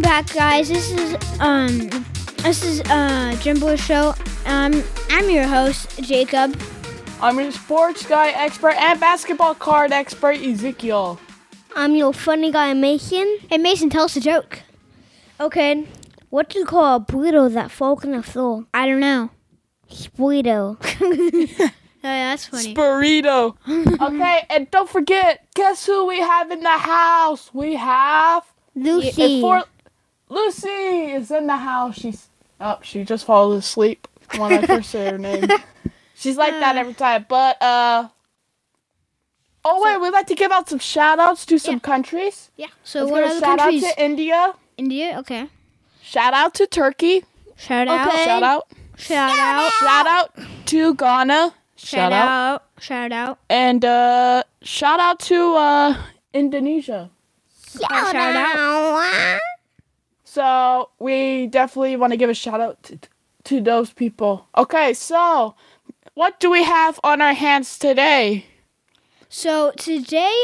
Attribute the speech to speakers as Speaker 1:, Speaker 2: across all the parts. Speaker 1: back, guys. This is um, this is uh, Jim Blue Show. Um, I'm your host, Jacob.
Speaker 2: I'm your sports guy expert and basketball card expert, Ezekiel.
Speaker 3: I'm your funny guy, Mason.
Speaker 1: Hey, Mason, tell us a joke.
Speaker 3: Okay. What do you call a burrito that falls on the floor?
Speaker 1: I don't know.
Speaker 3: Burrito.
Speaker 1: Oh, yeah, that's funny.
Speaker 2: Burrito. okay, and don't forget, guess who we have in the house? We have and
Speaker 3: Lucy.
Speaker 2: for- Lucy is in the house. She's up. she just falls asleep when I first say her name. She's like that every time. But uh, oh wait, we'd like to give out some shout outs to some countries.
Speaker 1: yeah. So
Speaker 2: Let's
Speaker 1: what
Speaker 2: give a
Speaker 1: other
Speaker 2: shout
Speaker 1: countries?
Speaker 2: out to India.
Speaker 1: India. Okay.
Speaker 2: Shout out to Turkey.
Speaker 1: Shout
Speaker 3: Okay.
Speaker 1: out.
Speaker 2: Shout out.
Speaker 1: Shout out.
Speaker 2: Shout out to Ghana.
Speaker 1: Shout out. Shout out.
Speaker 2: And uh, shout out to uh, Indonesia.
Speaker 1: Oh, Shout out.
Speaker 2: So we definitely want to give a shout out to, to those people. Okay, so what do we have on our hands today?
Speaker 1: So today,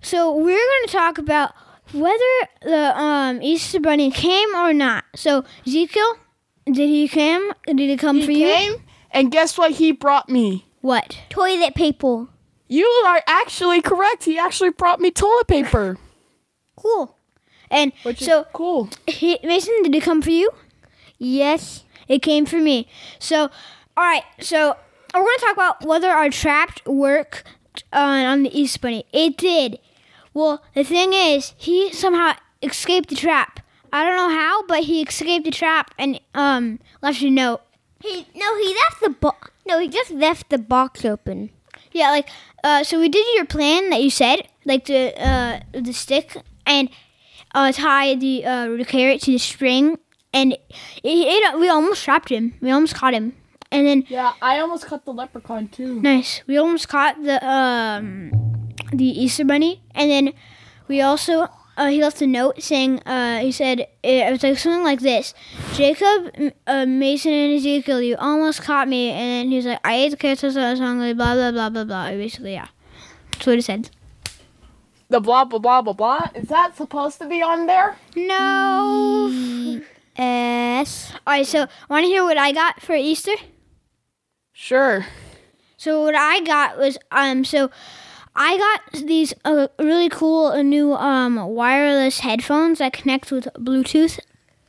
Speaker 1: so we're going to talk about whether the um, Easter Bunny came or not. So Ezekiel, did he come? Did he come for you?
Speaker 2: Came, and guess what he brought me?
Speaker 1: What?
Speaker 3: Toilet paper.
Speaker 2: You are actually correct. He actually brought me toilet paper,
Speaker 1: Cool. And
Speaker 2: which is
Speaker 1: so
Speaker 2: cool.
Speaker 1: he, Mason, did it come for you?
Speaker 3: Yes.
Speaker 1: It came for me. So, all right. So we're going to talk about whether our trapped work uh, on the Easter Bunny. It did. Well, the thing is, he somehow escaped the trap. I don't know how, but he escaped the trap and um left a note.
Speaker 3: He no, he left the box. No, he just left the box open.
Speaker 1: Yeah, like uh, so we did your plan that you said, like the uh, the stick and uh, tie the uh, the carrot to the string, and it, it, we almost trapped him. We almost caught him, and then
Speaker 2: Yeah, I almost cut the leprechaun too.
Speaker 1: nice, we almost caught the um the Easter bunny, and then we also. Uh, he left a note saying, uh, he said, it was like something like this Jacob, M- uh, Mason, and Ezekiel, you almost caught me. And then he was like, I ate the carrots, I was hungry, blah, blah, blah, blah, blah. Basically, yeah. That's what it said.
Speaker 2: The blah blah blah blah blah. Is that supposed to be on there?
Speaker 1: No.
Speaker 3: Yes.
Speaker 1: E All right, so want to hear what I got for Easter?
Speaker 2: Sure.
Speaker 1: So what I got was um so I got these uh, really cool uh, new um wireless headphones that connect with Bluetooth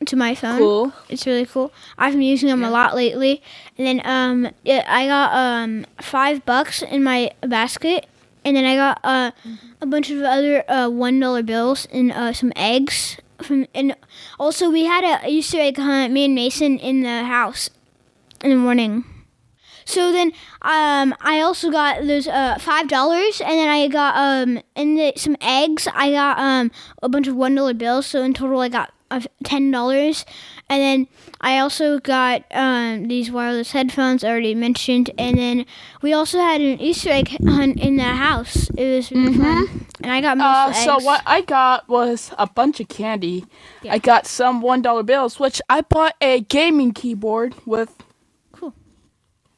Speaker 1: to my phone.
Speaker 2: Cool.
Speaker 1: It's really cool. I've been using them a lot lately. And then um yeah, I got um 5 bucks in my basket and then I got uh, a bunch of other uh, $1 bills and uh, some eggs from and also we had a Easter egg hunt me and Mason in the house in the morning. So then, um, I also got those uh five dollars, and then I got um and the, some eggs. I got um a bunch of one dollar bills. So in total, I got uh, ten dollars, and then I also got um these wireless headphones I already mentioned, and then we also had an Easter egg hunt in the house. It was really fun, and I got most
Speaker 2: Uh,
Speaker 1: of the
Speaker 2: Mm-hmm. so
Speaker 1: eggs.
Speaker 2: what I got was a bunch of candy. I got some one dollar bills, which I bought a gaming keyboard with.
Speaker 1: Cool.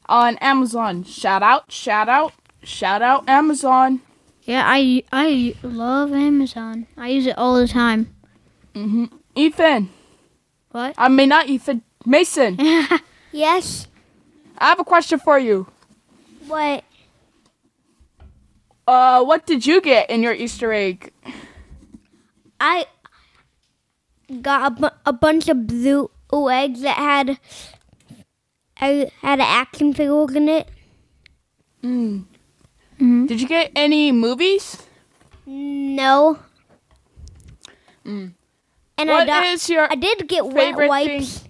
Speaker 2: On Amazon. Shout out! Shout out! Shout out! Amazon.
Speaker 1: Yeah, I I love Amazon. I use it all the time.
Speaker 2: Ethan.
Speaker 1: What?
Speaker 2: I mean not Ethan. Mason.
Speaker 3: Yes.
Speaker 2: I have a question for you.
Speaker 3: What?
Speaker 2: Uh, what did you get in your Easter egg?
Speaker 3: I got a, bu- a bunch of blue eggs that had I had an action figure in it.
Speaker 2: Did you get any movies?
Speaker 3: No. And
Speaker 2: Mm. What
Speaker 3: I
Speaker 2: is
Speaker 3: got,
Speaker 2: your
Speaker 3: I did get wet
Speaker 2: favorite thing?
Speaker 3: wipes.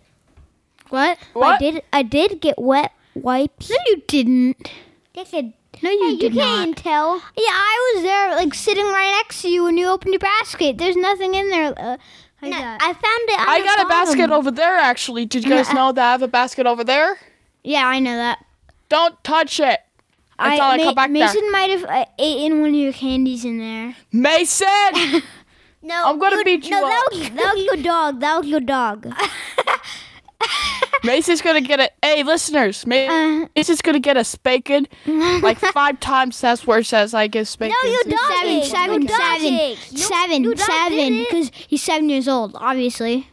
Speaker 1: What?
Speaker 3: I
Speaker 2: What?
Speaker 3: did. I did get wet wipes.
Speaker 1: No, you didn't.
Speaker 3: Yes, I-
Speaker 1: No, you
Speaker 3: Hey,
Speaker 1: did
Speaker 3: you
Speaker 1: not.
Speaker 3: can't tell.
Speaker 1: Yeah, I was there, like sitting right next to you when you opened your basket. There's nothing in there. Uh, like
Speaker 3: No,
Speaker 1: that.
Speaker 3: I found it. On
Speaker 2: I
Speaker 3: the
Speaker 2: got a basket
Speaker 3: bottom.
Speaker 2: over there actually. Did you guys know that I have a basket over there?
Speaker 1: yeah, I know that.
Speaker 2: Don't touch it. I thought I come back there.
Speaker 1: Mason might have uh, eaten one of your candies in there.
Speaker 2: Mason!
Speaker 3: No,
Speaker 2: I'm gonna
Speaker 3: you-
Speaker 2: beat you
Speaker 3: no, That
Speaker 2: up.
Speaker 3: was, that was your dog. That was your dog.
Speaker 2: Macy's gonna get a. Hey, listeners, Ma-
Speaker 3: Uh-huh.
Speaker 1: Uh.
Speaker 2: Macy's gonna get a spanking like five times as worse as I get spankings.
Speaker 3: you don't.
Speaker 1: Seven,
Speaker 3: Doggy.
Speaker 1: seven, seven,
Speaker 3: You doggy. You- you
Speaker 1: seven,
Speaker 3: dog
Speaker 1: seven.
Speaker 3: did it.
Speaker 1: Because he's seven years old, obviously.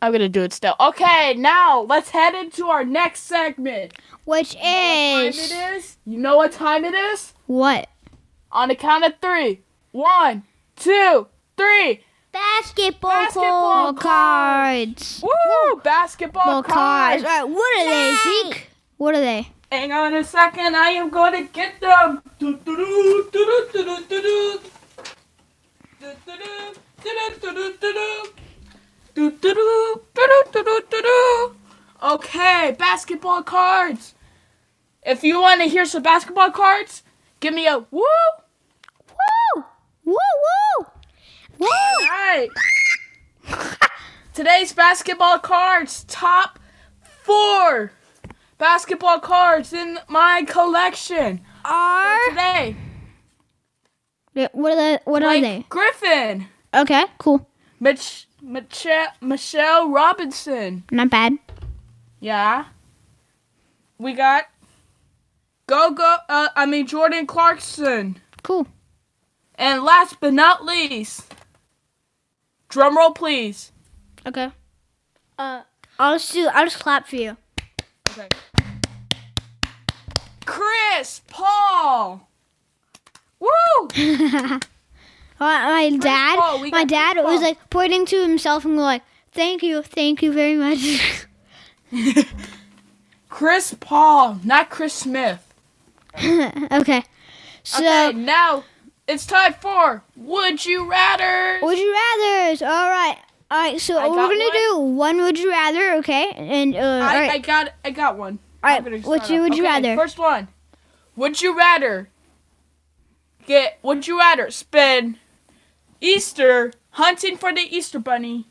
Speaker 2: I'm gonna do it still. Okay, now let's head into our next segment.
Speaker 1: Which
Speaker 2: Time
Speaker 1: is
Speaker 2: it is. You know what time it is?
Speaker 1: what?
Speaker 2: On the count of three. One, two, three.
Speaker 3: Basketball,
Speaker 2: Basketball.
Speaker 1: All cards.
Speaker 2: Woo! Basketball
Speaker 1: All
Speaker 2: cards.
Speaker 1: cards. All right. What are they,
Speaker 3: Yay.
Speaker 1: Zeke? What are they?
Speaker 2: Hang on a second. I am going to get them. Do-do-do, do-do-do-do, do-do. Do-do-do, do-do-do-do, do-do. Do-do-do, do-do-do-do-do. Okay, basketball cards. If you want to hear some basketball cards, give me a woo.
Speaker 1: Woo! Woo! Woo! Woo!
Speaker 2: All right. Today's basketball cards top four basketball cards in my collection.
Speaker 1: Are
Speaker 2: Today,
Speaker 1: Yeah, what are they? What are they?
Speaker 2: Blake Griffin,
Speaker 1: Okay. Cool.
Speaker 2: Mich- Michelle Michelle Robinson.
Speaker 1: Not bad.
Speaker 2: Yeah. We got Go Go. Uh, I mean Jordan Clarkson.
Speaker 1: Cool.
Speaker 2: And last but not least, drum roll please.
Speaker 1: Okay. Uh, I'll just do. I'll just clap for you.
Speaker 2: Okay. Chris Paul. Woo!
Speaker 1: Uh, My, my dad,
Speaker 2: Paul, we
Speaker 1: my
Speaker 2: got
Speaker 1: dad
Speaker 2: Chris
Speaker 1: was
Speaker 2: Paul.
Speaker 1: like pointing to himself and was like, "Thank you, thank you very much."
Speaker 2: Chris Paul, not Chris Smith.
Speaker 1: okay. So,
Speaker 2: Okay, now it's time for Would You Rather.
Speaker 1: would you rather's? All right, all right. So
Speaker 2: I
Speaker 1: we're
Speaker 2: got
Speaker 1: gonna do one would you rather, okay? And uh, all
Speaker 2: I,
Speaker 1: right,
Speaker 2: I got I got one.
Speaker 1: all
Speaker 2: I'm gonna
Speaker 1: right. What
Speaker 2: start
Speaker 1: you
Speaker 2: off.
Speaker 1: would you
Speaker 2: Okay,
Speaker 1: rather?
Speaker 2: First one. Would you rather get would you rather spend Easter hunting for the Easter bunny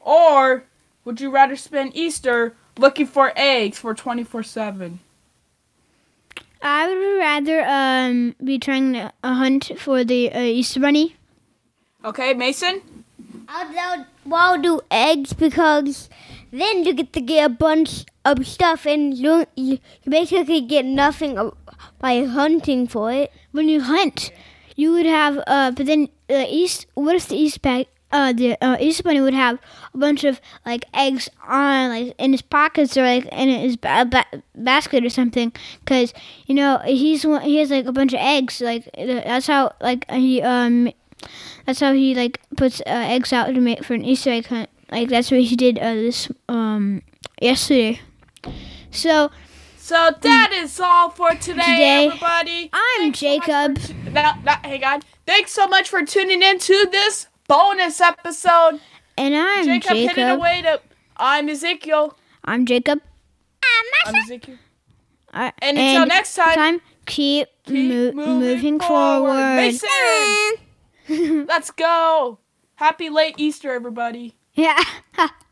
Speaker 2: or would you rather spend Easter looking for eggs for 24/7?
Speaker 1: I would rather um be trying to uh, hunt for the uh, Easter bunny.
Speaker 2: Okay, Mason?
Speaker 3: I'll, I'll, well, I'll do eggs because then you get to get a bunch of stuff and you, you you basically get nothing of- by hunting for it.
Speaker 1: When you hunt, you would have uh, but then the East. What if the East bag? Uh, the uh, Easter Bunny would have a bunch of like eggs on like in his pockets or like in his ba- ba- basket or something, because you know he's one- he has like a bunch of eggs. Like that's how like he um that's how he like puts uh, eggs out to make for an Easter egg hunt. Like that's what he did uh, this um yesterday. So
Speaker 2: So that is all for today,
Speaker 1: Mm. Today,
Speaker 2: everybody.
Speaker 1: I'm Jacob.
Speaker 2: T- Now, now, hang on. Thanks so much for tuning in to this bonus episode.
Speaker 1: And I'm
Speaker 2: Jacob,
Speaker 1: Jacob.
Speaker 2: hitting away to. I'm Ezekiel.
Speaker 1: I'm Jacob.
Speaker 2: I'm Ezekiel.
Speaker 1: All right,
Speaker 2: And until next time,
Speaker 1: keep,
Speaker 2: keep
Speaker 1: mo- moving, forward.
Speaker 2: Mason, let's go. Happy late Easter, everybody.
Speaker 1: Yeah.